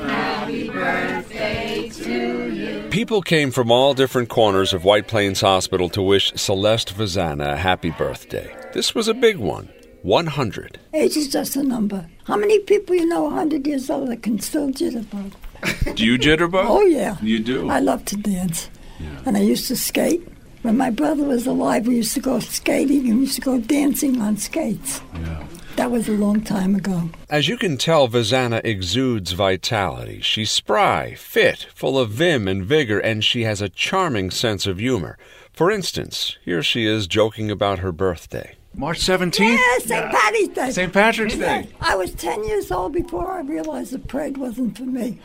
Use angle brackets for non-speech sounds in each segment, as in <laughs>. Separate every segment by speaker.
Speaker 1: Happy birthday to you.
Speaker 2: People came from all different corners of White Plains Hospital to wish Celeste Vazana a happy birthday. This was a big one. 100.
Speaker 3: Age is just a number. How many people you know 100 years old that can still jitterbug?
Speaker 2: Do you jitterbug?
Speaker 3: oh, yeah.
Speaker 2: You do?
Speaker 3: I love to dance. Yeah. And I used to skate. When my brother was alive, we used to go skating and we used to go dancing on skates. Yeah. That was a long time ago.
Speaker 2: As you can tell, Vizana exudes vitality. She's spry, fit, full of vim and vigor, and she has a charming sense of humor. For instance, here she is joking about her birthday.
Speaker 4: March 17th?
Speaker 3: Yes, St. Yeah. Patrick's Day.
Speaker 4: St. Patrick's Day.
Speaker 3: I was 10 years old before I realized the parade wasn't for <laughs> me.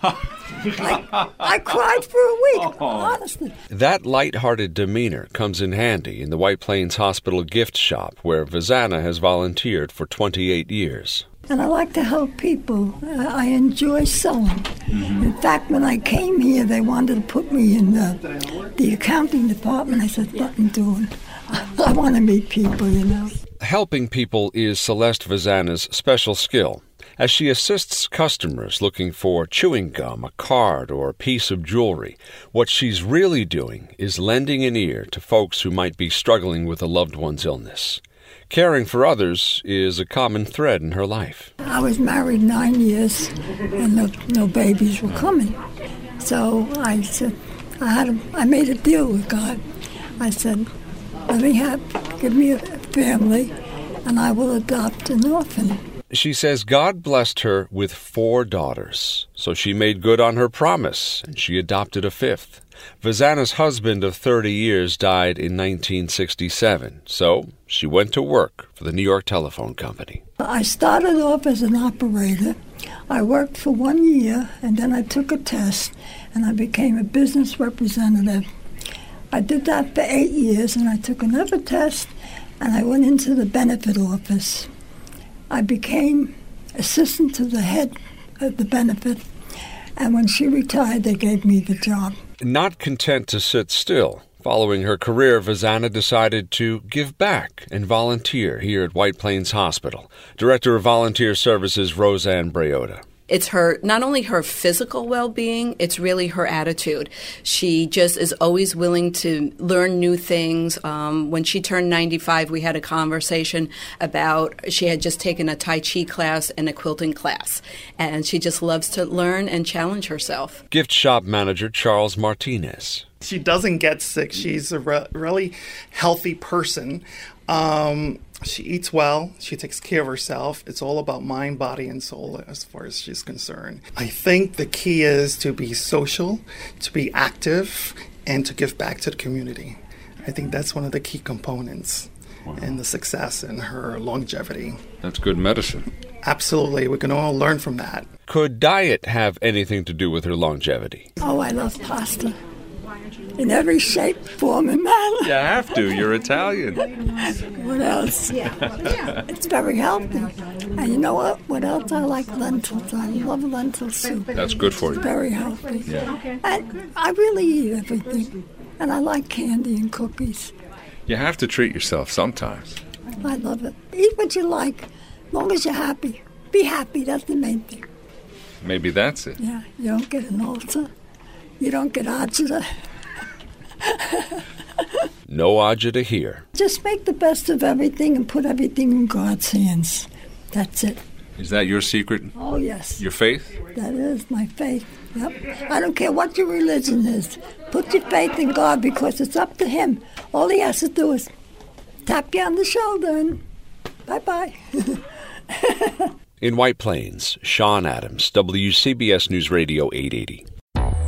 Speaker 3: I, I, cried for a week, oh. honestly.
Speaker 2: That light-hearted demeanor comes in handy in the White Plains Hospital gift shop where Vizana has volunteered for 28 years.
Speaker 3: And I like to help people. I enjoy selling. Mm-hmm. In fact, when I came here, they wanted to put me in the, the accounting department. I said, what I'm doing. <laughs> I want to meet people, you know.
Speaker 2: Helping people is Celeste Vazana's special skill. As she assists customers looking for chewing gum, a card, or a piece of jewelry, what she's really doing is lending an ear to folks who might be struggling with a loved one's illness. Caring for others is a common thread in her life.
Speaker 3: I was married nine years and no, no babies were coming. So I said, I, had a, I made a deal with God. I said, let me have, give me a family, and I will adopt an orphan.
Speaker 2: She says God blessed her with four daughters, so she made good on her promise, and she adopted a fifth. Vazana's husband of 30 years died in 1967, so she went to work for the New York Telephone Company.
Speaker 3: I started off as an operator. I worked for one year, and then I took a test, and I became a business representative. I did that for eight years and I took another test and I went into the benefit office. I became assistant to the head of the benefit and when she retired they gave me the job.
Speaker 2: Not content to sit still, following her career, Vazana decided to give back and volunteer here at White Plains Hospital. Director of Volunteer Services Roseanne Breota
Speaker 5: it's her not only her physical well-being it's really her attitude she just is always willing to learn new things um, when she turned 95 we had a conversation about she had just taken a tai chi class and a quilting class and she just loves to learn and challenge herself
Speaker 2: gift shop manager charles martinez
Speaker 6: she doesn't get sick she's a re- really healthy person um, she eats well. She takes care of herself. It's all about mind, body, and soul as far as she's concerned. I think the key is to be social, to be active, and to give back to the community. I think that's one of the key components wow. in the success and her longevity.
Speaker 2: That's good medicine.
Speaker 6: Absolutely. We can all learn from that.
Speaker 2: Could diet have anything to do with her longevity?
Speaker 3: Oh, I love pasta in every shape, form, and manner.
Speaker 2: You have to. You're Italian.
Speaker 3: what else? Yeah. yeah. <laughs> It's very healthy. And you know what? What else? I like lentils. I love lentil soup.
Speaker 2: That's good for you.
Speaker 3: It's very healthy. Yeah. And I really eat everything. And I like candy and cookies.
Speaker 2: You have to treat yourself sometimes.
Speaker 3: I love it. Eat what you like, as long as you're happy. Be happy. That's the main thing.
Speaker 2: Maybe that's it.
Speaker 3: Yeah. You don't get an ulcer. You don't get agita.
Speaker 2: no agita here.
Speaker 3: Just make the best of everything and put everything in God's hands. That's it.
Speaker 2: Is that your secret?
Speaker 3: Oh, yes.
Speaker 2: Your faith?
Speaker 3: That is my faith. Yep. I don't care what your religion is. Put your faith in God because it's up to Him. All He has to do is tap you on the shoulder and bye <laughs> bye.
Speaker 2: in White Plains, Sean Adams, WCBS News Radio 880.